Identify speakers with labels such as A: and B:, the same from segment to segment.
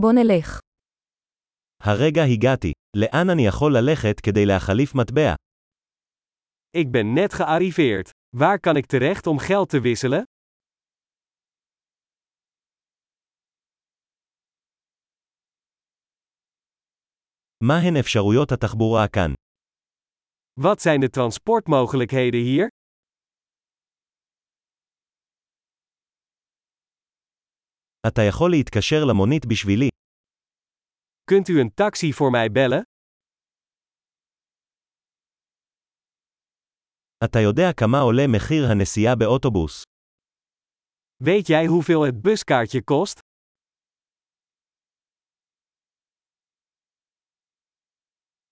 A: בוא נלך.
B: הרגע הגעתי. לאן אני יכול ללכת כדי להחליף מטבע?
C: Ik ben net gearriveerd. Waar kan ik terecht om geld te wisselen?
B: מהן אפשרויות התחבורה כאן?
C: Wat zijn de transportmogelijkheden hier?
B: אתה יכול להתקשר למונית בשבילי.
C: Kunt u een taxi voor mij bellen?
B: אתה יודע כמה עולה מחיר הנסיעה באוטובוס.
C: Weet jij hoeveel het buskaartje kost?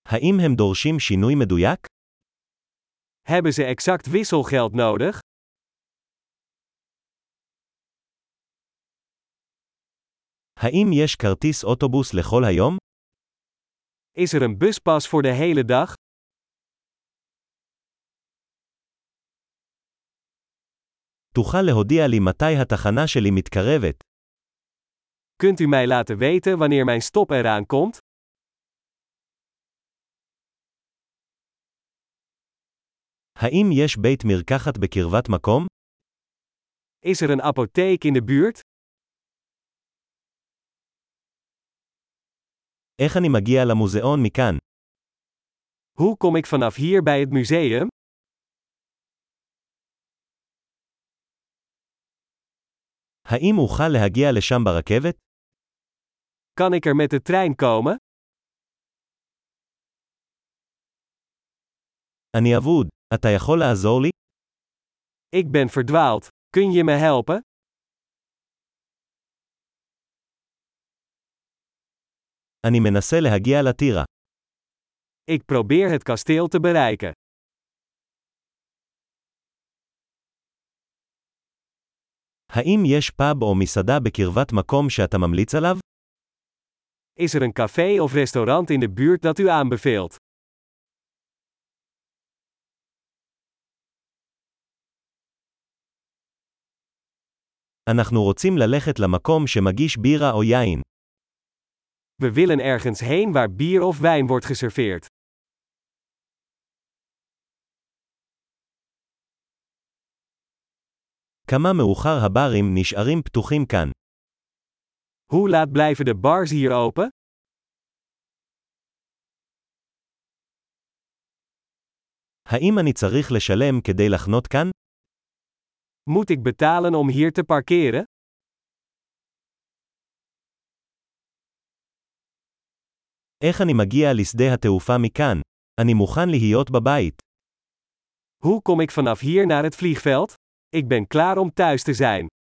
B: האם הם דורשים שינוי מדויק?
C: Hebben ze exact wisselgeld nodig?
B: האם יש כרטיס אוטובוס לכל היום?
C: Is er een buspas voor de hele dag?
B: תוכל להודיע לי מתי התחנה שלי מתקרבת.
C: Kunt u mij laten weten wanneer mijn stop eraan komt?
B: האם יש בית מרקחת בקרבת מקום?
C: Is er een apotheek in de buurt?
B: איך אני מגיע למוזיאון מכאן?
C: Hoe kom ik vanaf hier bij het museum?
B: האם אוכל להגיע לשם ברכבת?
C: Kan ik er met de trein komen?
B: אני אבוד. אתה יכול לעזור לי?
C: Ik ben verdwaald. Kun je me helpen?
B: אני מנסה להגיע לטירה.
C: Ik probeer het kasteel te bereiken.
B: האם יש פאב או מסעדה בקרבת מקום שאתה ממליץ עליו?
C: Is er een café of restaurant in de buurt dat u aanbeveelt?
B: אנחנו רוצים ללכת למקום שמגיש בירה או יין.
C: We willen ergens heen waar bier of wijn wordt geserveerd.
B: כמה מאוחר הברים נשארים פתוחים כאן?
C: Hoe laat blijven de bars hier open?
B: האם אני צריך לשלם כדי לחנות כאן?
C: Moet ik betalen om hier te parkeren?
B: איך אני מגיע לשדה התעופה מכאן? אני מוכן להיות בבית.
C: Hoe kom ik vanaf hier naar het vliegveld? Ik ben klaar om thuis te zijn.